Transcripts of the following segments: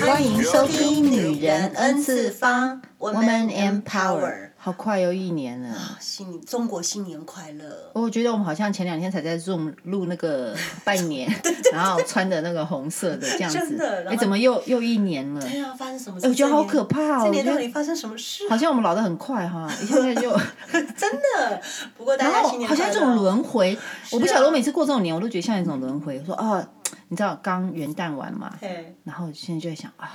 欢迎收听《女人 N 次方》，Woman Empower。啊好快又一年了，新中国新年快乐！我觉得我们好像前两天才在 Zoom 录那 个拜年，然后穿的那个红色的这样真子的，然哎、后怎么又又一年了？对啊，发生什么事？哎，我觉得好可怕哦！这我年觉到得底发生什么事？好像我们老得很快 哈，一下下就，真的。不过大然家后新年好快乐哦像啊这种轮回，我不晓得我每次过这种年，我都觉得像一种轮回。说哦，你知道刚元旦完嘛，嘿然后现在就在想啊，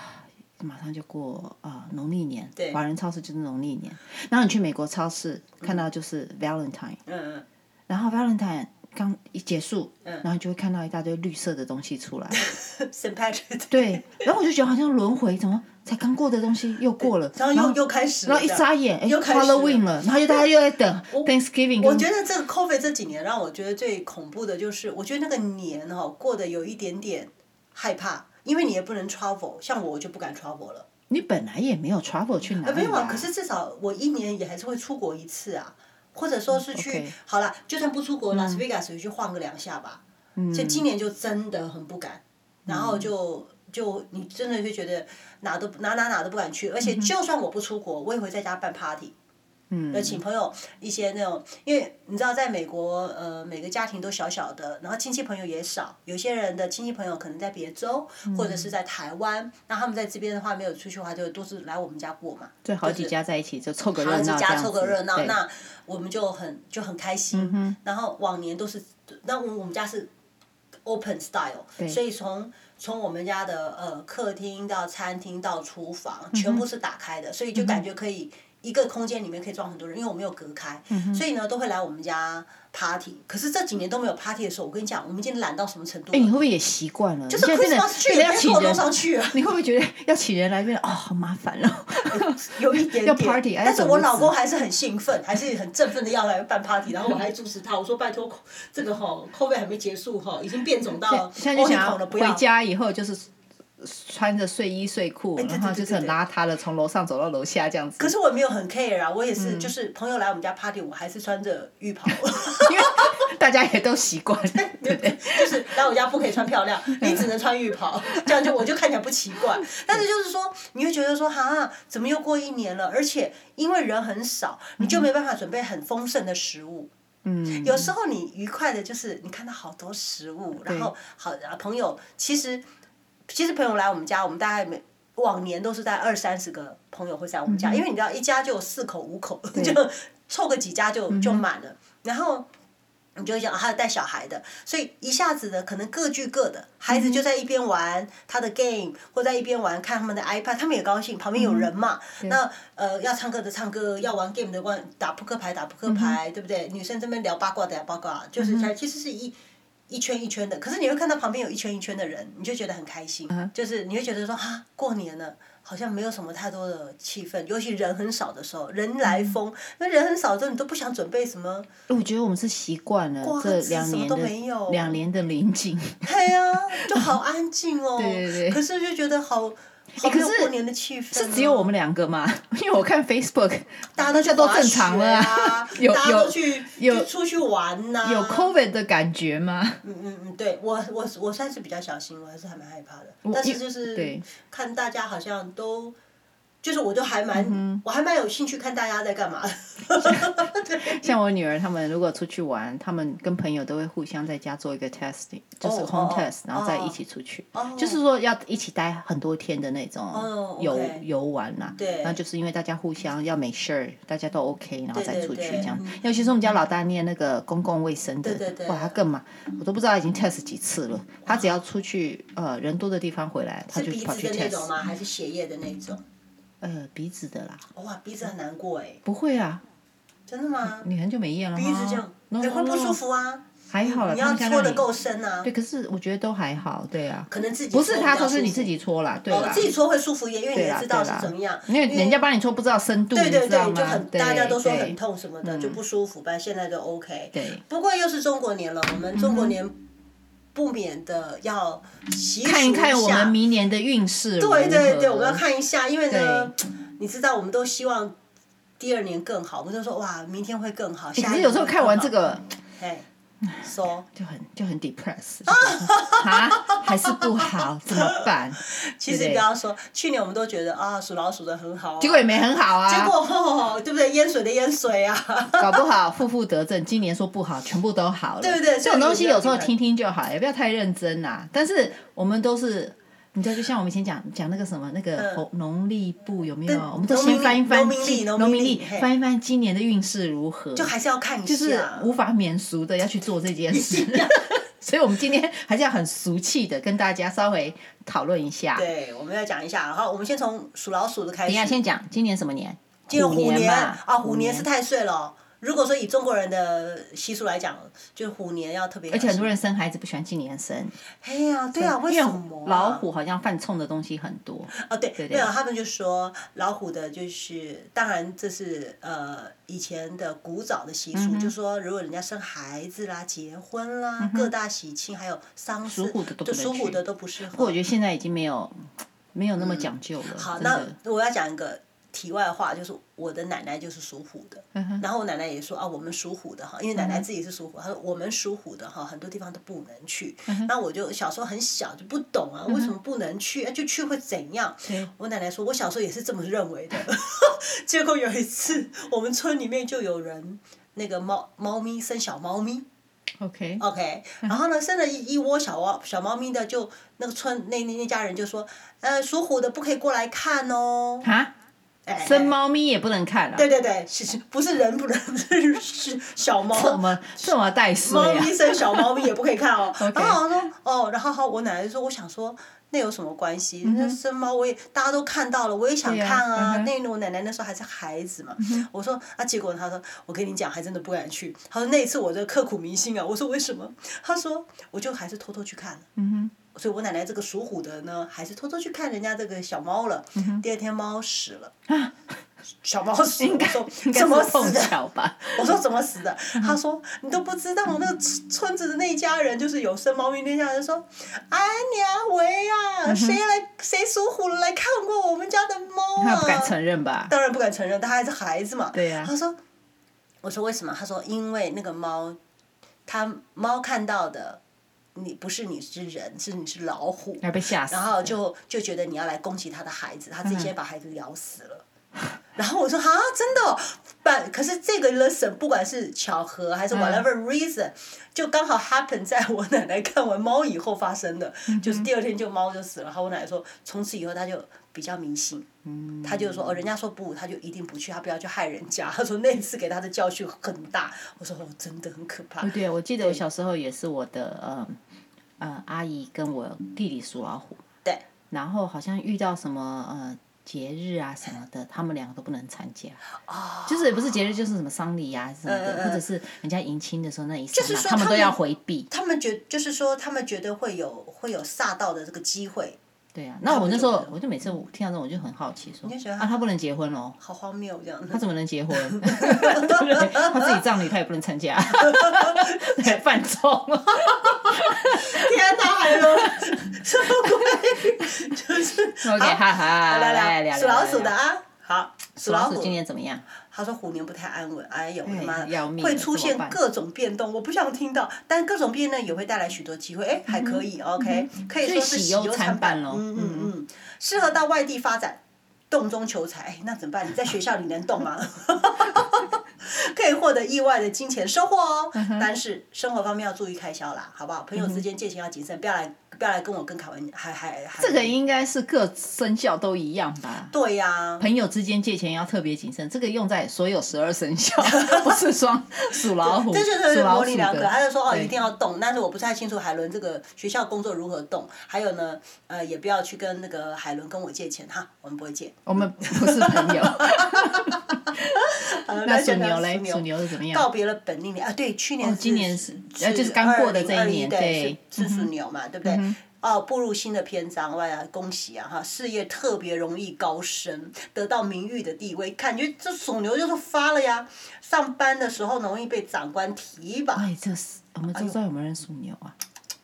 马上就过啊农历年对，华人超市就是农历年。然后你去美国超市看到就是 Valentine，、嗯然后 Valentine 刚一结束，嗯然后你就会看到一大堆绿色的东西出来。嗯，St. Patrick，对，然后我就觉得好像轮回，怎么才刚过的东西又过了，然后又又开始了，然后一眨眼，哎又开始了，Halloween 了，然后又大家又在等 Thanksgiving，我跟觉得这个 COVID 这几年让我觉得最恐怖的就是，我觉得那个年哈、哦、过得有一点点害怕，因为你也不能 travel，像我我就不敢 travel 了。你本来也没有 travel 去哪呃，没里有啊，啊，可是至少我一年也还是会出国一次啊，或者说是去、嗯 OK 嗯好了，就算不出国，拉斯维加斯也去晃个两下吧。所以今年就真的很不敢，嗯然后就就你真的会觉得哪都哪哪哪都不敢去，而且就算我不出国，我也会在家办 party。嗯要请朋友一些那种，因为你知道，在美国，呃，每个家庭都小小的，然后亲戚朋友也少，有些人的亲戚朋友可能在别州嗯或者是在台湾，那他们在这边的话没有出去的话，就都是来我们家过嘛。对，好几家在一起就凑个热闹，自这家样子凑个热闹，对嗯那我们就很就很开心。哼然后往年都是，那我我们家是 open style，所以从从我们家的呃客厅到餐厅到厨嗯房，全部是打开的，所以就感觉可以。一个空间里面可以装很多人，因为我没有隔开，嗯所以呢都会来我们家 party。可是这几年都没有 party 的时候，我跟你讲，我们已经懒到什么程度哎，你会了？不会也习惯了？就是你现在变 Christmas 得去变也得要没请扣人动上去啊，你会不会觉得要请人来变得哦好麻烦 哦？有一点要点 party，哎但是怎么我老止公还是很兴奋，还是很振奋的要来办 party，然后 我还阻止他，我说拜托， 这个哈，COVID 还没结束哈，已经变种到现在就想 Omicron 哦了，不回要。家以后就是穿着睡衣睡裤，哎对然后就是很邋遢的从楼上走到楼下这样子。可是我没有很 care 嗯啊，我也是，就是朋友来我们家 party，我还是穿着浴袍， 因为 大家也都习惯了，哎对不对？ 就是来我家不可以穿漂 亮，嗯你只能穿浴袍， 这样就我就看起来不奇怪。但是就是说，你会觉得说哈，怎么又过一年了？而且因为人很少，你就没办法准备很丰盛的食物。嗯，有时候你愉快的就是你看到好多食物，然后好啊朋友，其实其实朋友来我们家，我们大概每往年都是在二三十个朋友会在我们家，因为你知道一家就有四口 五口，就凑个几家就就满了，然后。你就会想，啊还有带小孩的，所以一下子呢，可能各据各的，孩子就在一边玩他的 game，或在一边玩看他们的 iPad，他们也高兴，旁边有人嘛。那呃，要唱歌的唱歌，要玩 game 的玩，打扑克牌打扑克牌，对不对？女生这边聊八卦的聊八卦，就是在其实是一。一圈一圈的，可是你会看到旁边有一圈一圈的人，你就觉得很开心，嗯就是你会觉得说哈，过年了，好像没有什么太多的气氛，尤其人很少的时候，人嗯来疯，那、人很少的时候，你都不想准备什么我觉得我们是习惯了瓜这子两什么年都没有的两年的临近， 对呀、就好安静 哦。对对对可是就觉得好，好没有可是过年的气氛、啊是只有我。们两个嘛？因为我看 Facebook，大家都去大家都滑雪正常了啊啊， 有大家都有去有就出去玩呐、有 COVID 的感觉吗？嗯嗯嗯，对我我我算是比较小心，我还是还蛮害怕的。但是就是对看大家好像都，就是我都还蛮、嗯我还蛮有兴趣看大家在干嘛。像我女儿她们如果出去玩，她们跟朋友都会互相在家做一个 testing，就是哦 home 哦 test，然后再哦一起出去，就是说要一起待很多天的那哦种游 OK 游玩呐。对那就是因为大家互相要 make sure 大家都 OK，然后再对出去对这样嗯。尤其是我们家老大念那个公共卫生的对对对，哇，他更忙，我都不知道他已经 test 几次了。他只要出去呃人多的地方回来，他是就鼻跑子去的那种 test。吗？还是血液的那种？呃，鼻子的啦，哇，鼻子很难过哎、不会啊，真的吗？你很久没验了吗？鼻子这样也、 No, 会不 no, no 舒服啊。还好了，你他要们家搓那的里够深啊。对，可是我觉得都还好，对啊，可能自己不是搓他比较说是舒你服自己搓啦，对哦啦，，自己搓会舒服一点，因为你对也啦知，道对是啦怎么样，，因为人家帮你搓不知道深度，对对你知道对，就吗？很大家都说很对痛什么的，就不舒服，但现在都 OK。对，不过又是中国年了，我们中国年不免的要习俗嗯看一看我下们明年的运势，对对对，我们要。看一下，因为呢，你知道，我们都希望第二年更好，我们都说哇，明天会更好。哎可下一是年有时候会看更完好这，个，哎，说就很就很 depressed，啊，还是不好，怎么办？ 其实不要说，去年我们都觉得啊，属老鼠的很好、啊，结果也没很好啊，结果、哦、对不对？淹水的淹水啊， 搞不好负负得正。今年说不好，全部都好了，对不对？这种东西有时候听听就好，也不要太认真啦、啊。但是我们都是。你知道，就像我们以前讲讲那个什么那个农历部有没有？我们都先翻一翻嗯农民历，翻一翻今年的运势如何？就还是要看一下，就是无法免俗的要去做这件 事。所以，我们今天还是要很俗气的跟大家稍微讨论一下。对，我们要讲一下。然后，我们先从属老鼠的开始。等下先讲今年什么年？今年虎年啊，虎年是太岁了。哦如果说以中国人的习俗来讲，就是虎年要特别，而且很多人生孩子不喜欢今年生。哎呀，对啊，为什么、啊、老虎好像犯冲的东西很多？哦，对，没有，他们就说老虎的，就是当然这是呃以前的古早的习俗，嗯、就说如果人家生孩子啦、结婚啦、嗯、各大喜庆还有丧事，属虎的都不属虎的都不适合。不过我觉得现在已经没有没有那么讲究了。嗯、好，那我要讲一个。题外话就是，我的奶奶就是属虎的，嗯、然后我奶奶也说啊，我们属虎的哈，因为奶奶自己是属虎，她说我们属虎的哈，很多地方都不能去。嗯、那我就小时候很小就不懂啊，为什么不能去？啊、就去会怎样？我奶奶说，我小时候也是这么认为的。 结果有一次，我们村里面就有人那个猫猫咪生小猫咪。 OK OK，然嗯后呢，生了一一窝小猫小猫咪的就，就那个村那那那家人就说，呃，属虎的不可以过来看哦。哎啊？生猫咪也不能看了、啊。对对对，是不是人不能 是小猫？什么什么带啊水猫咪生小猫咪也不可以看 哦。然后我说哦，然后好，我奶奶就说，我想说那有什么关系？那、嗯、生猫我也大家都看到了，我也想看啊。啊嗯、那我奶奶那时候还是孩子嘛，嗯、我说啊，结果她说我跟你讲，还真的不敢去。她说那一次我就刻骨铭心啊。我说为什么？她说我就还是偷偷去看了。 嗯哼。所以我奶奶这个属虎的呢，还是偷偷去看人家这个小猫了。嗯、第二天猫死了，啊、小猫死了。 应该怎么死的？ 吧我说怎么死的？他说你都不知道，那村子的那一家人就是有生猫咪那家人说，哎娘喂嗯啊，谁来谁属虎来看过我们家的猫啊？他不敢承认吧？当然不敢承认，他还是孩子嘛。对呀、啊。他说，我说为什么？他说因为那个猫，他猫看到的。你不是你是人，是你是老虎，被吓死然后就就觉得你要来攻击他的孩子，他自己先把孩子咬死 了。嗯、然后我说啊，真的、哦，但可是这个 lesson 不管是巧合还是 whatever reason，、嗯、就刚好 happen 在我奶奶看完猫以后发生的，嗯、就是第二天就猫就死了。然后我奶奶说，从此以后她就比较迷信，嗯她就说哦，人家说不，她就一定不去，她不要去害人家。她说那次给她的教训很大。我说哦，真的很可怕。哦对，我记得我小时候也是我的嗯。呃，阿姨跟我弟弟属老虎，对，然后好像遇到什么呃节日啊什么的，他们两个都不能参加，哦，就是不是节日就是什么丧礼嗯啊什么的，或者是人家迎亲的时候那一刹那，他们都要回避。他们觉就是说，他们觉得会有会有煞到的这个机会。对啊，那我那时候我就每次听到这种我就很好奇说，啊，他不能结婚喽，好荒谬这样子，他怎么能结婚？ 对不对？他自己葬礼他也不能参加，犯冲。天哪，还有什么鬼？就是 OK，哈哈，来来来，属老鼠的啊，好，属老鼠今年怎么样？他说虎年不太安稳，哎呦我的妈，要命！会出现各种变动，我不想听到。但各种变动也会带来许多机会，哎，嗯还可以，OK，可以说是喜忧参半喽。嗯嗯嗯，适合到外地发展，洞中求财，哎那怎么办？你在学校你能动吗？ 可以获得意外的金钱收获哦，嗯但是生活方面要注意开销啦，好不好？朋友之间借钱要谨慎，不要来不要来跟我跟凯文还还还。这个应该是各生肖都一样吧？对呀。朋友之间借钱要特别谨慎，这个用在所有十二生肖， 不是双属老 虎。这就是模棱两可，他就说哦，对一定要动，但是我不太清楚海伦这个学校工作如何动，还有呢，呃，也不要去跟那个海伦跟我借钱哈，我们不会借，我们不是朋 友。那属牛嘞，属牛是怎么样？告别了本命年啊，对，去年、哦、今年是呃，就是刚过的这一年，对，是嗯属牛嘛，对不对？嗯哦，步入新的篇章，哇、啊，恭喜啊哈！事业特别容易高升，得到名誉的地位，感觉这属牛就是发了呀。上班的时候容易被长官提拔，哎，这是我们周遭有没有人属牛啊？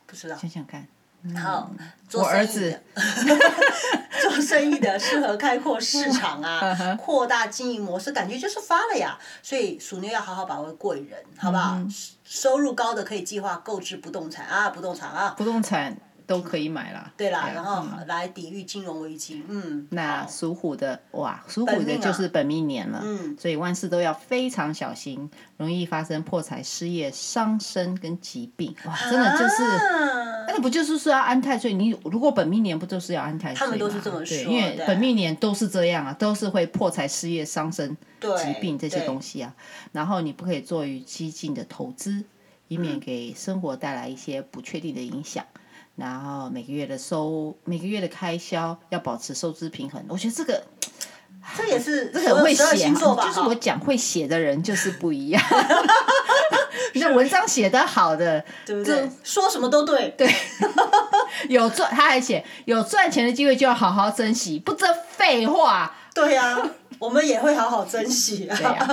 不知道。想想看，好，嗯我做儿生意子的， 做生意的适合开 阔市场嗯啊，扩大经营模式，感觉就是发了呀。所以属牛要好好把握贵人，好不嗯好？收入高的可以计划购置不动产啊，不动产啊，不动产都可以买啦。哎嗯对啦，然后来抵御金融危机。嗯，那好属虎的哇，属虎本的命啊就是本命年了，嗯所以万事都要非常小心，容易发生破财、失业、伤身跟疾病。哇，真的就是。啊那不就是说要安泰税？你如果本命年不就是要安泰税吗？他们都是这么对说因为对本命年都是这样啊，都是会破财、失业、伤身、对疾病这些对东西啊。然后你不可以做于激进的投资，以嗯免给生活带来一些不确定的影响。然后每个月的收，每个月的开销要保持收支平衡。我觉得这个这也是这所个有很会十写、二啊，星座吧？就是哈我讲会写的人就是不一样。 你的文章写得好的，对不对？说什么都对，对，有赚，他还写有赚钱的机会就要好好珍惜，不这废话。对呀、我们也会好好珍惜啊。 对呀、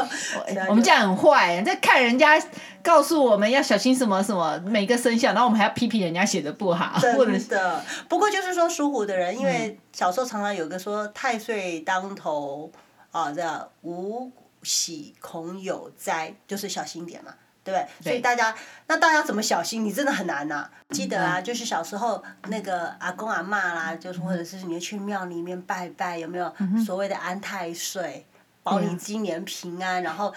对啊我我们这样很坏、欸在看人家告诉我们要小心什么什么每个生肖，然后我们还要批评人家写的不好，或者真是的，嗯不过就是说属虎的人，因为小时候常常有个说太岁当头啊，这样无喜恐有灾，就是小心一点嘛。对不对？所以大家，那大家怎么小心？你真的很难呐、记得啊，就是小时候那个阿公阿嬷啦，就是或者是你去庙里面拜拜，有没有所谓的安太岁，保你今年平安，然后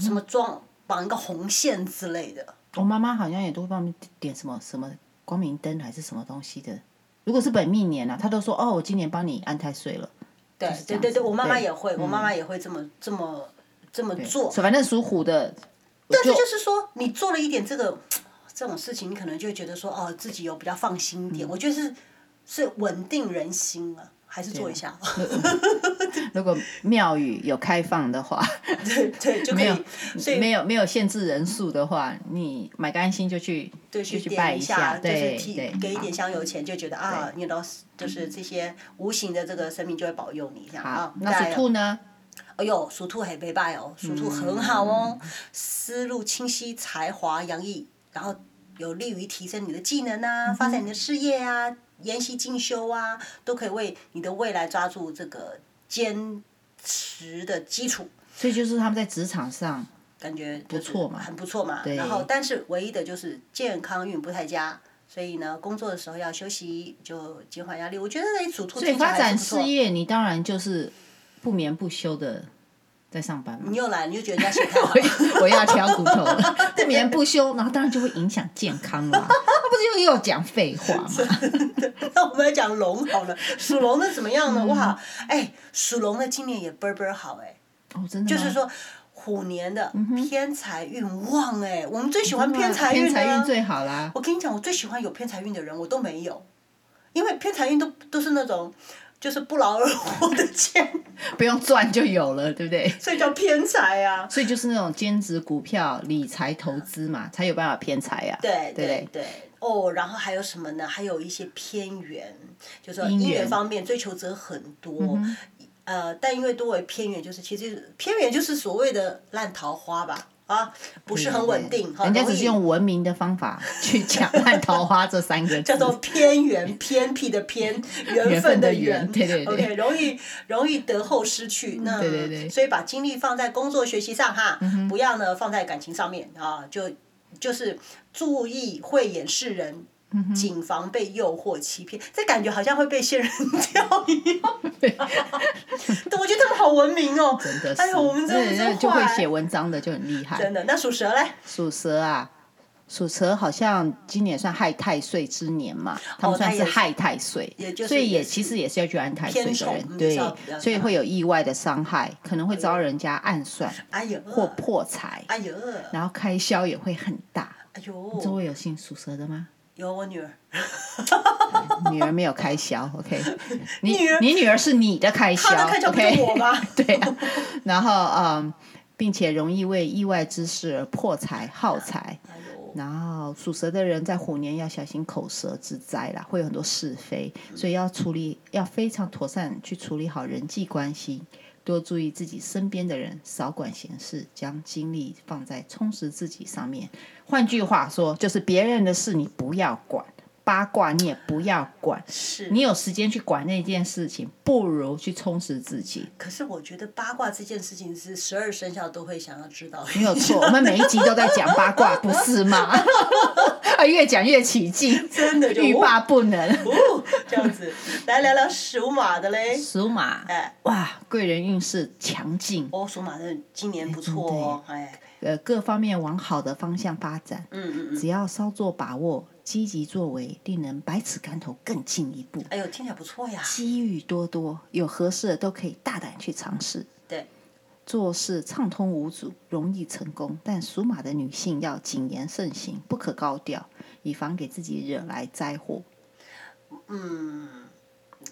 什么装绑一个红线之类的。我妈妈好像也都会帮我们点什么什么光明灯还是什么东西的。如果是本命年啊，她都说哦，我今年帮你安太岁了。对这对样对对，子嗯我妈妈对也会，我妈妈也会这么这么这么做。反正属虎的，但是就就是说，你做了一点这个这种事情，你可能就会觉得说，哦，自己有比较放心一点。嗯我觉得是是稳定人心啊，还是做一下。 如果庙宇有开放的话，对对，就可没有以。所以没有没有限制人数的话，你买个安心就去对就去拜点一下，就是对提对，嗯给一好点香油钱，就觉得啊，你老师就是这些无形的这个生命就会保佑你这样啊好。，那属再兔呢？哎呦，属兔很没败哦，嗯属兔很好哦，思路清晰，才华洋溢，然后有利于提升你的技能嗯啊，发展你的事业啊，研习进修啊，都可以为你的未来抓住这个坚实的基础。所以就是他们在职场上，感觉不错嘛很不错嘛。对然后，但是唯一的就是健康运不太佳，所以呢，工作的时候要休息，就减缓压力。我觉得那属兔所以听起来发还展是不事错。业，你当然就是不眠不休的在上班嘛你。又来，你就觉得人家写太好 我要挑骨头 了，不眠不休，然后当然就会影响健康啦。他不是又又讲废话吗？ 那我们来讲龙好了，属龙的怎么嗯样呢？哇，哎，属龙的今年也倍儿倍儿好哎，哦，真的吗嗯就是说虎年的偏财运旺哎，我们最喜欢偏财偏运的财运啊。最好啦。我跟你讲，我最喜欢有偏财运的人，我都没有，因为偏财运都都是那种就是不劳而获的钱，不用赚就有了，对不对？所以叫偏财啊。所以就是那种兼职股票、理财投资嘛，才有办法偏财啊。对对不对对。哦，然后还有什么呢？还有一些偏缘，就说姻姻缘缘方面追求者很多。嗯呃，但因为多为偏缘，就是其实偏缘就是所谓的烂桃花吧，啊，不是很稳定，哈人家容只是易用文明的方法去讲“烂桃花”这三个字， 叫做偏 缘、偏僻的偏，缘分的缘，缘对对对嗯 OK，容易容易得后失去，那对对对嗯所以把精力放在工作学习上哈，不要呢放在感情上面啊，就就是注意慧眼识人。嗯谨防被诱惑欺骗，这感觉好像会被仙人跳一 样。对，我觉得他们好文明哦。真的是。哎呦，我们真的对是那就会坏写文章的就很厉害真。的，那属蛇嘞？属蛇啊，属蛇好像今年算害太岁之年嘛，他们哦算它是也是害太岁，也就是所以也也是其实也是要去安太岁偏的宠人，嗯对是要比较，所以会有意外的伤害，可能会遭人家暗算哎呦，或破财，哎呦，然后开销也会很大。哎周呦，围有姓属蛇的吗？有我女儿。女儿没有开销，OK？你哦 女儿你女儿是你的开销，他的开销不 OK？就我吗？ 对、啊，然后嗯，并且容易为意外之事而破财耗财。哎呦，然后属蛇的人在虎年要小心口舌之灾啦，会有很多是非，所以要处理要非常妥善去处理好人际关系，多注意自己身边的人，少管闲事，将精力放在充实自己上面。换句话说，就是别人的事你不要管，八卦你也不要管，是。你有时间去管那件事情，不如去充实自己。可是我觉得八卦这件事情是十二生肖都会想要知道的。没有 错，我们每一集都在讲八卦，不是吗？ 啊，越讲越起劲，真的就欲罢不能。哦，这样子，来聊聊属马的嘞。属马，哎，哇，贵人运势强劲，哦，属马的今年不错哦，哎，呃，各方面往好的方向发展。嗯嗯嗯，只要稍作把握，积极作为，令人百尺竿头更进一步。哎呦，听起来不错呀。机遇多多，有合适的都可以大胆去尝试。对，做事畅通无阻，容易成功。但属马的女性要谨言慎行，不可高调，以防给自己惹来灾祸。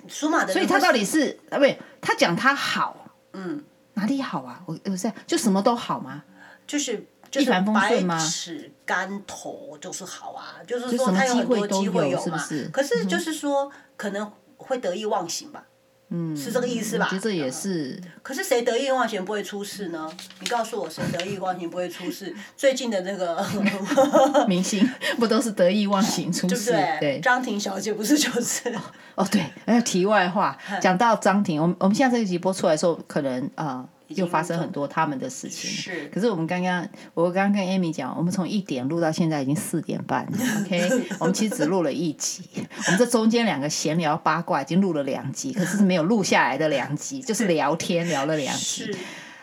属马的人所会，以他到底是啊？不是，他讲他好嗯，哪里好啊？我我这样就什么都好吗？就是就是一帆风百顺吗尺竿头就是好啊，就是就说什么他有很多机会机都会有有嘛。是不是可是就是说，可能会得意忘形吧，嗯，是这个意思我吧嗯觉得这也是可是谁得意忘形不会出事呢？你告诉我，谁得意忘形不会出 事？最近的那个， 明星， 不都是得意忘形出呃对不事？对？对，张庭小姐不是就是？ 哦，对，还有题外话，嗯讲到张庭，我们我们现在这一集播出来的时候，可能呃经又发生很多他们的事情。是可是我们刚刚，我刚刚跟 Amy 讲，我们从一点录到现在已经四点半 了，OK，我们其实只录了一集，我们这中间两个闲聊八卦已经录了两集，可是是没有录下来的两集，就是聊天聊了两集。是，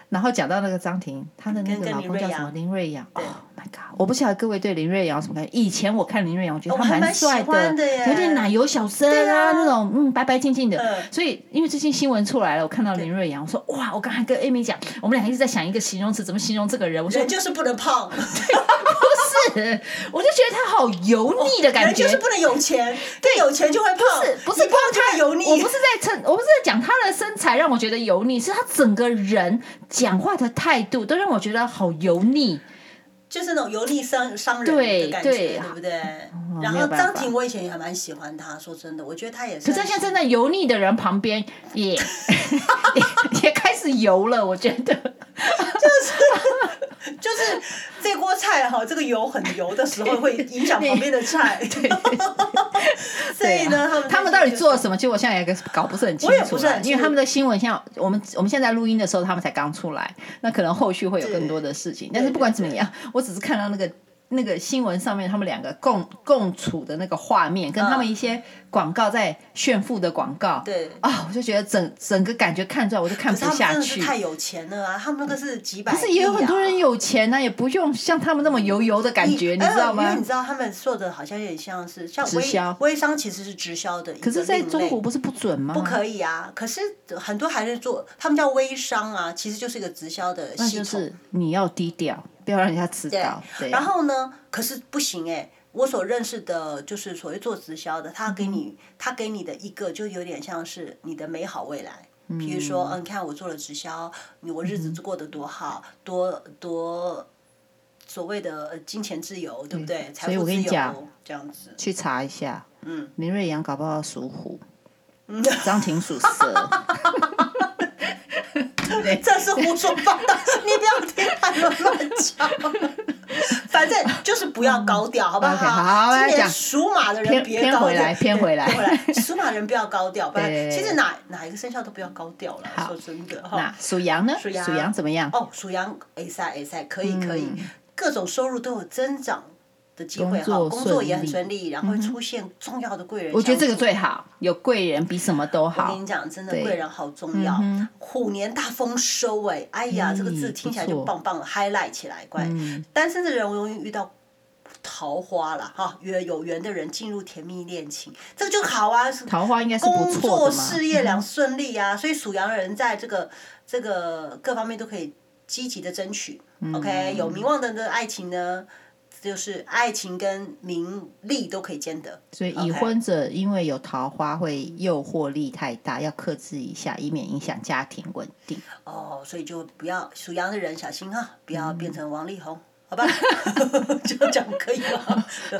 然后讲到那个张庭，她的那跟个跟老林公瑞叫什阳么林瑞阳，Oh my god！我不晓得各位对林瑞阳有什么感觉。以前我看林瑞阳，我觉得哦我他还蛮喜帅欢的耶有点奶油小生对啊那种嗯白白净净的。嗯所以因为最近新闻出来了，我看到林瑞阳，我说哇，我刚才跟 Amy 讲，我们俩一直在想一个形容词，怎么形容这个人？我说人就是不能胖，不是， 我就觉得他好油腻的感哦人觉。就是不能有钱，对，有钱就会胖，是不是你胖太油腻？我不是在称，我不是在讲他的身材让我觉得油腻，是他整个人讲话的态度都让我觉得好油腻。就是那种油腻商商人对的感觉，对哦对不对？然没有后办法张庭我以前也还蛮喜欢他，说真的，我觉得他也是。可是他现在站在油腻的人旁边，也 也也开始油了，我觉得。就是这锅菜哈，这个油很油的时候会 影响旁边的菜。 所以对呢，啊他们他们到底做了什么？其实我现在也搞不是很清我也楚不啊，是很清楚因为他们的新闻像我们我们现在录音的时候，他们才刚出来，那可能后续会有更多的事情。但是不管怎么样，我只是看到那个。那个新闻上面，他们两个共共处的那个画面，跟他们一些广告在炫富的广告，嗯对啊、我就觉得整整个感觉看出来，我就看可是不他们下真的是去。太有钱了啊！他们那个是几百、亿可是也有很多啊人有钱呐、也不用像他们那么油油的感觉，你知道因为吗你？知道他们做的好像有点像是像直销微微商，其实是直销的一可个另类。是，在中国不是不准吗？不可以啊！可是很多还是做，他们叫微商啊，其实就是一个直销的那系就统。是你要低调，不要让人家知道。对，然后呢，可是不行哎、我所认识的，就是所谓做直销的，他给嗯你他给你的一个，就有点像是你的美好未来。比如说，嗯、你看我做了直销，你我日子过得多好，嗯多多所谓的呃金钱自由，对不对？财所以富我自跟你由讲这样子。去查一下，嗯，林瑞阳搞不好属虎，张庭属 蛇。这是胡说八 道，你不要听他们乱讲。反正就是不要高调，好不 OK，好今来年讲属马的人偏别偏高调，回来偏回来对偏回来。属马的人不要高 调，不然对其实哪哪一个生肖都不要高调了。说真的哈那，属羊呢？属属羊羊怎么样？哦，属羊哎塞哎塞，可以可以，嗯各种收入都有增长。的机会哈，工作工作也很顺嗯顺利，然后会出现重要的贵人相助。我觉得这个最好，有贵人比什么都我好跟你。讲，真的对贵人好重要。虎年大丰收哎、哎呀，嗯这个字听起来就不错棒棒了，highlight 起来，乖。嗯单身的人容易遇到桃花了哈，约有缘的人进入甜蜜恋情，这个就好啊。是桃花应该是不工错作的嘛。嗯事业两顺利啊，所以属羊人在这个这个各方面都可以积极的争取。OK，有名嗯望的呢，爱情呢，就是爱情跟名利都可以兼得。所以已 OK 婚者因为有桃花会诱惑力太大，要克制一下，以免影响家庭稳定。哦，所以就不要属羊的人小心哈，不要嗯变成王力宏，好吧？ 就这样可以 吗？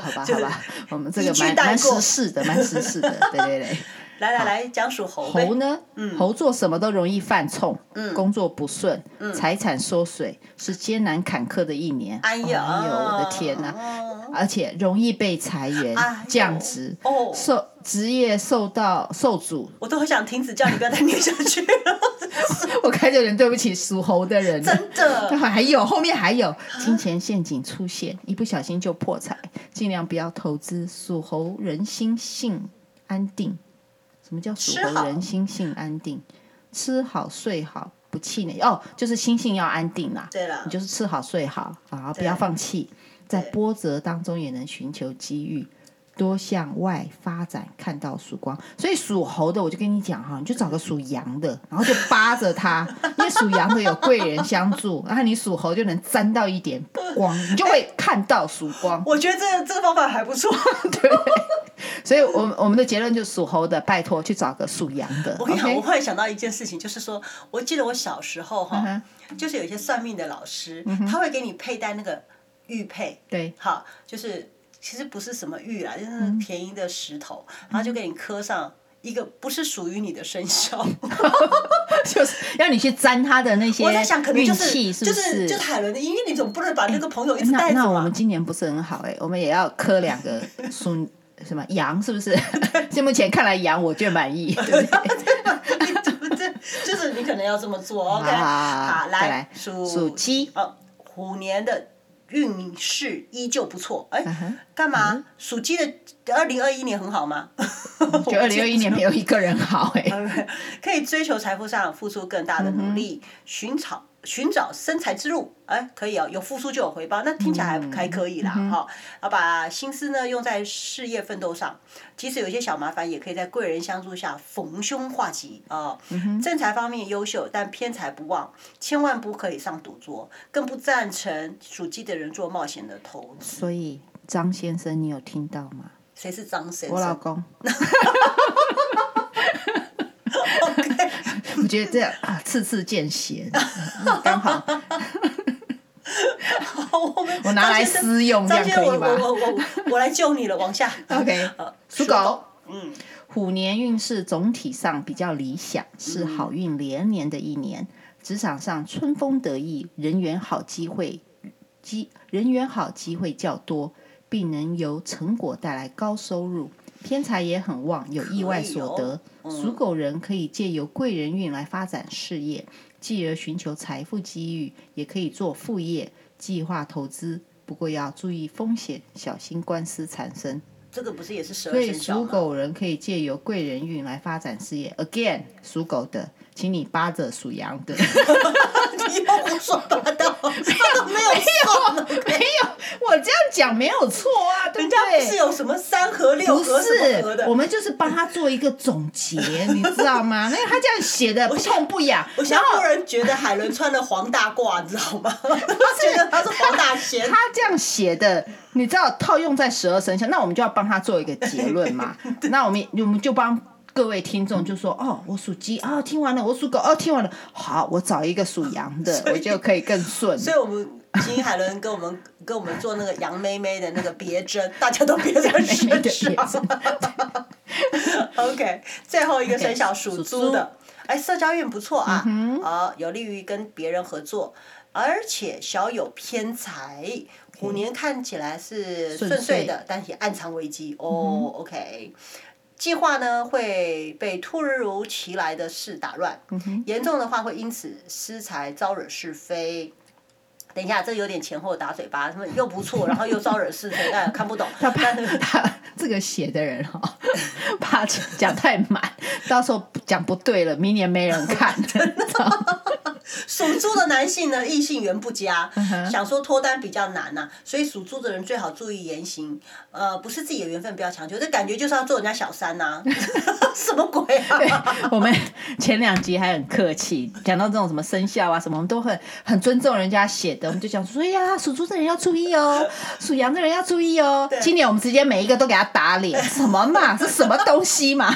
好好吧，好吧，我们这一个句蛮带蛮过时事的，蛮时事的，对 对对。来来来，讲属猴呗猴。呢，嗯猴做什么都容易犯冲，工作不顺，嗯财产缩水，是艰难坎坷的一年。哎呀，哎呦，我的天哪！哦而且容易被裁员、哎呦降职、哦，受职业受到受阻。 我都很想停止叫你不要再念下去了， 我开始有点对不起属猴的人了。真 的。还有后面还有嗯金钱陷阱出现，一不小心就破财，尽量不要投资。属猴人心性安定，什么叫属吃好猴人心性安定？吃好睡好，不气馁哦，就是心性要安定啦。对了你，就是吃好睡好啊，不对要放弃，在对波折当中也能寻求机遇。多向外发展，看到曙光。所以属猴的，我就跟你讲哈，你就找个属羊的，然后就扒着他，因为属羊的有贵人相助，然后你属猴就能沾到一点光，你就会看到曙光。我觉得这这个方法还不错。所以，我们我们的结论就是属猴的，拜托去找个属羊 的。我跟你讲，我 OK，忽然想到一件事情，就是说，我记得我小时候哈，嗯就是有一些算命的老师，他会给你佩戴那个玉佩，对，嗯好，就是其实不是什么玉啦，就是那便宜的石头，然后就给你刻上一个不是属于你的生 肖。就是要你去沾他的那些我在想，可能运就气，是就不是就是海伦的，因为你总不能把那个朋友一直那带着那我嘛们。今年不是很好哎、我们也要磕两个属什么羊，是不是？ 现目前看来羊，我最满意。对不对这 就是你可能要这么做，OK？好好好好，再来属属鸡，呃，虎年的运势依旧不错。哎嗯哼，干嘛？属鸡的二零二一年很好 吗？就二零二一年没有一个人好哎、 可以追求财富上付出更大的努嗯力，寻找寻找生财之路，哎，可以哦，有付出就有回报，那听起来嗯还、还可以啦，哈、要把心思呢用在事业奋斗上，即使有一些小麻烦，也可以在贵人相助下逢凶化吉啊、嗯正财方面优秀，但偏财不旺，千万不可以上赌桌，更不赞成属鸡的人做冒险的投资。所以张先生，你有听到吗？谁是张先我老生？公。我觉得这样啊，次次见血，嗯刚好 我们我拿来张先生私用，这张样先生，可我以吗我我我我来救你了，往下。 ？OK，属属狗狗。嗯，虎年运势总体上比较理想，是好运连年的一年。职场上春风得意，人缘好，机会机人缘好，机会较多，并能由成果带来高收入。偏财也很旺，有意外所得。属狗人可以借由贵人运来发展事业，继而寻求财富机遇，也可以做副业、计划投资。不过要注意风险，小心官司缠身。这个不是也是十二所以生肖属吗？狗人可以借由贵人运来发展事业。Again，属狗的，请你扒着属羊 的。你又胡说八道，他都没有说，没有，我这样讲没有错啊，对 人不家不是对？有什么三合六不合什么合是，我的。们就是帮他做一个总结，你知道 吗？那他这样写的不痛不痒，我现然在后忽然觉得海伦穿了黄大褂，你知道吗？ 他觉得他是黄大仙他。这样写的，你知道套用在十二生肖，那我们就要帮他做一个结论 嘛。那我们我们就帮各位听众就说，哦，我属鸡啊、哦，听完了；我属狗，哦，听完了。好，我找一个属羊 的，我就可以更顺。所以我们请海伦跟我们 跟我们做那个杨妹妹的那个别针，大家都别在身 上。OK，最后一个生肖 OK，属属猪猪嗯的，哎，社交运不错啊，啊，有利于跟别人合作，而且小有偏财。虎年看起来是顺顺遂遂嗯的，但也暗藏危机哦。OK，计划呢会被突如其来的事打乱，嗯严重的话会因此失财招惹是非。等一下，这有点前后打嘴巴，什么又不 错，然后又招惹是非，哎，看不懂。他怕 他这个写的人哈、 哦，怕讲太满，到时候讲不对了，明年没人 看。属猪的男性呢，异性缘不佳，嗯想说脱单比较难呐、啊所以属猪的人最好注意言行，呃，不是自己的缘分不要强求，这感觉就是要做人家小三呐、 什么鬼 啊？我们前两集还很客气，讲到这种什么生肖啊什么，我们都很很尊重人家写的，我们就讲说，哎呀，属猪的人要注意 哦，属羊的人要注意哦。今年我们直接每一个都给他打脸，什么嘛，这什么东西嘛？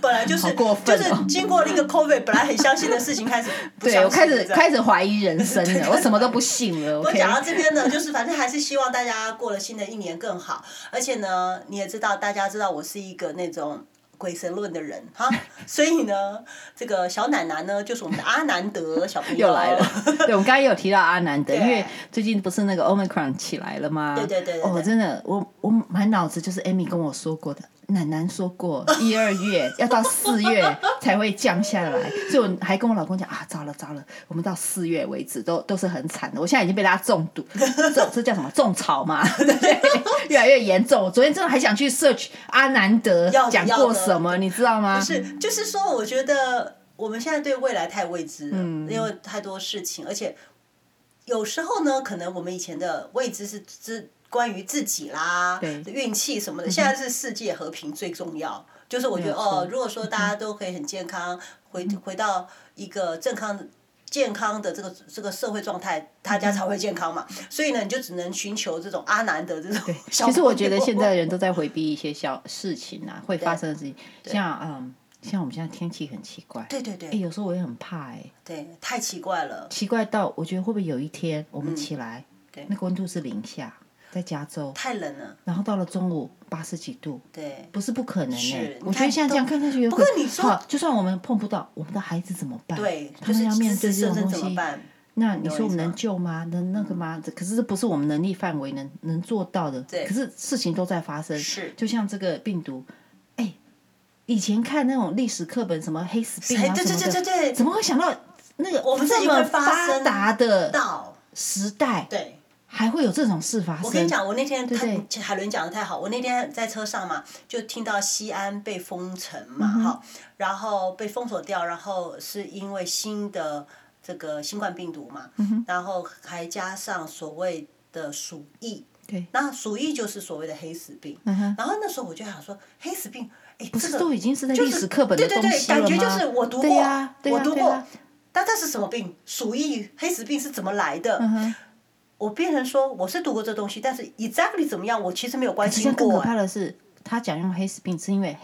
本来就是、好过就分哦是经过那个 COVID，本来很相信的事情开始 不对我相信开始这样开始怀疑人生 了，我什么都不信了。我 OK，讲到这边呢，就是反正还是希望大家过了新的一年更好。而且呢，你也知道，大家知道我是一个那种鬼神论的人哈，所以呢，这个小奶奶呢，就是我们的阿南德小朋友。又来了 对，我们刚刚也有提到阿南德，对因为最近不是那个 Omicron 起来了吗？对对对对对哦，真的，我我满脑子就是 Amy 跟我说过的，奶奶说过 一二月要到四月 才会降下来，所以我还跟我老公讲啊，糟了糟了，我们到四月为止都都是很惨的。我现在已经被大家中毒， 这这叫什么种草嘛？ 对，越来越严重。我昨天真的还想去 search 阿南德要的讲要过的什么，你知道吗？不是，就是说，我觉得我们现在对未来太未知了，嗯因为太多事情，而且有时候呢，可能我们以前的未知是是关于自己啦对、嗯运气什么的，现在是世界和平最重要。就是我觉得没有错嗯哦，如果说大家都可以很健康，回回到一个健康的。健康的这个这个社会状态，大嗯家才会健康嘛。所以呢，你就只能寻求这种阿南德这种 小朋友。其实我觉得现在人都在回避一些小事情啊，会发生的事情，像嗯，像我们现在天气很奇怪， 对对哎、对有时候我也很怕哎、对，太奇怪了。奇怪到我觉得会不会有一天我们起来，嗯那个温度是零下，在加州，太冷了，然后到了中午八十几度，对。不是不可能哎、是我觉得现在这样看下去有可不过你说好，就算我们碰不到，我们的孩子怎么办？对，他就是们要面自对私这种身东怎么西。办？那你说我有嗯意们思能吗救吗？能那个吗？这可是这不是我们能力范围能能做到的。对可是事情都在发生。是就像这个病毒，哎，以前看那种历史课本，什么黑死病哎，啊对什对么对的，对对，怎么会想到那个我们自这己会么发发生达的到时代，对。还会有这种事发生？我跟你讲，我那天对对他海伦讲的太好，我那天在车上嘛，就听到西安被封城嘛，嗯哈、然后被封锁掉，然后是因为新的这个新冠病毒嘛，嗯然后还加上所谓的鼠疫，对那鼠疫就是所谓的黑死病，嗯哼，然后那时候我就想说，黑死病，哎，不这是个都已经是在就历史课本的对东对对，西了感吗？觉就是我读对过，呀对我呀读对过呀，但这是什么病？鼠疫、黑死病是怎么来的？嗯哼，我变成说我是读过这东西，但是 exactly 怎么样，我其实没有关实际上心更可过、啊怕的是，他讲用黑死病是因为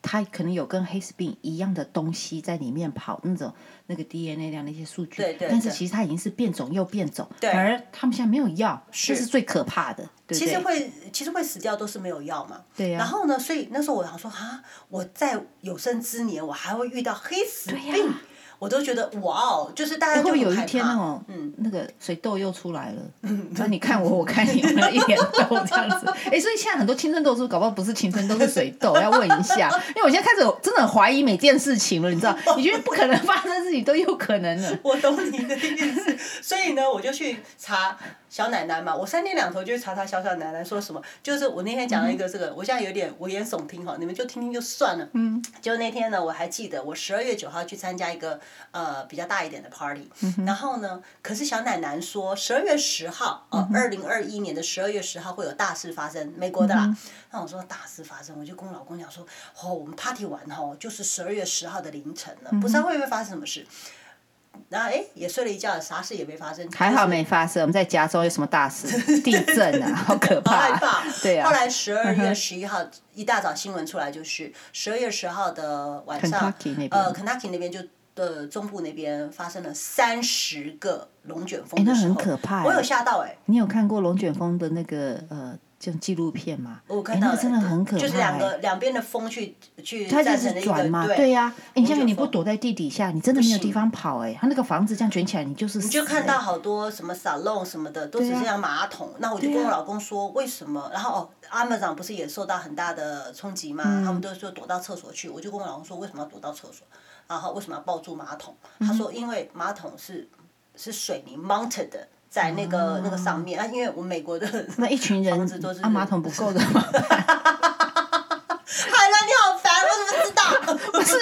他可能有跟黑死病一样的东西在里面跑，那种那个 DNA 量那些数据，对对但是对其实它已经是变种又变种，对反而他们现在没有药，是这是最可怕的，对不其实对？会，其实会死掉都是没有药嘛。对呀然后呢，所以那时候我想说，啊，我在有生之年，我还会遇到黑死对呀病，我都觉得哇哦，就是大家会不就哎会有很一害天哦怕嗯那种，那个水痘又出来 了？那你看我，我看你，我们一脸痘这样子。哎，所以现在很多青春痘是不是搞不好不是青春痘，是水痘，要问一下。因为我现在开始真的很怀疑每件事情了，你知道？你觉得不可能发生的事情都有可能了。 我懂你的意思，所以呢，我就去查小奶奶嘛，我三天两头就去查查小小奶奶说什么。就是我那天讲了一个这个，我现在有点危言耸听哈，你们就听听就算了。嗯。就那天呢，我还记得我十二月九号去参加一个呃比较大一点的 party，、然嗯后呢，可是小奶奶说十二月十号，嗯呃，二零二一年的十二月十号会有大事发生，美国的嗯啦。那我说大事发生，我就跟我老公讲说，哦，我们 party 完哦，就是十二月十号的凌晨嗯了，不知道会不会发生什么事。然后哎，也睡了一觉，啥事也没发生。还好就是没发生。我们在加州有什么大 事？地震啊，好可好怕！害怕 对后啊，来十二月十一号一大早新闻出来，就是十二月十号的晚上 Kentucky 那边呃，Kentucky 那边就呃中部那边发生了三十个龙卷风哎的那时候，很可怕我哎有吓到哎、你有看过龙卷风的那个呃，这种纪录片吗？我看哎到那了，个真的很可怕、就是两个两边的风去去它就站成了是一个转嘛，对对呀、哎你想想，你风不躲在地底下，你真的没有不行地方跑哎、它那个房子这样卷起来，你就是你就看到好多什么 salon 什么的，都只对啊是像马桶。那我就对啊跟我老公说，为什么？然后哦，Amazon 不是也受到很大的冲击嘛？他们都说躲到厕所去，我就跟我老公说，为什么要躲到厕所？然后为什么要抱住马桶？他说，因为马桶是是水泥 mounted 的，在那个、那个上面啊，因为我们美国的 海那一群人房子都是啊，马桶不够的嘛，南你好烦，我怎么知道？ 不是，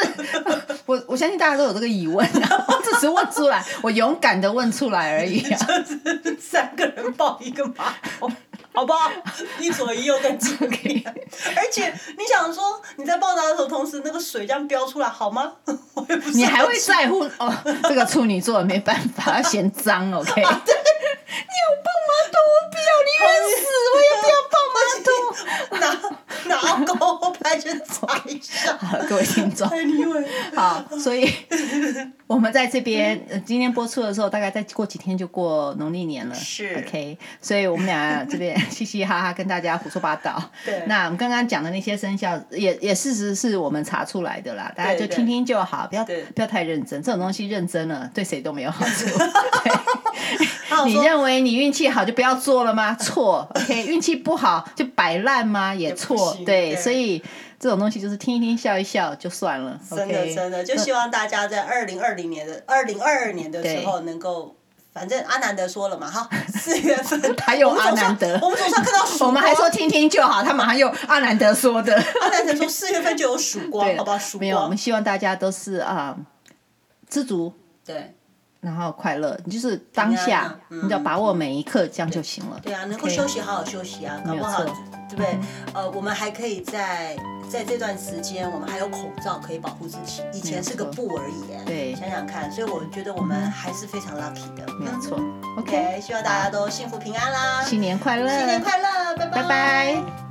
我我相信大家都有这个疑问、啊， 我只是问出来，我勇敢的问出来而已 啊。 三个人抱一个马桶，好不好？一左一右跟几个 OK 而且你想说你在报答的时候，同时那个水这样飙出来好吗？ 我也不是 你还会在乎哦？ 这个处女座没办法，要嫌脏，OK？你有抱马桶，我不要你冤死， 我也不要抱马桶。 拿拿高拍去擦一下。各位听众。哎，你以为好，所 以我们在这边、呃今天播出的时候，大概再过几天就过农历年了。是，OK，所以我们俩这边嘻嘻哈哈跟大家胡说八道。 对那我们刚刚讲的那些生肖，也也事实是我们查出来的啦，大家就对听听就好，不要对不要太认真，这种东西认真了对谁都没有好处。他有你说认为你运气好就不要做了 吗？错，OK，运气不好就摆烂吗？也不错，行对，对所以这种东西就是听一听笑一笑就算了真的，OK，真的，就希望大家在二零二零年的二零二二年的时候能够。反正阿南德说了嘛， 哈，四月份他用我们总算阿南德我们总算看到曙 我光。们还说听听就好，他马上用阿南德说 的，阿南德说四月份就有曙 光，对好不好？曙没有，我们光，希望大家都是啊、知足，对然后快乐，你就是当平安下啊，嗯你只要把握每一刻，这样就行了。对啊，能够 OK 休息好好休息啊，搞没有不好错对不对？呃，我们还可以在在这段时间，我们还有口罩可以保护自己，没有以前是个错布而已耶。对想想看，所以我觉得我们还是非常 lucky 的。没有嗯错。OK， ，OK，希望大家都幸福平安啦，新年快乐，新年快乐，拜拜拜。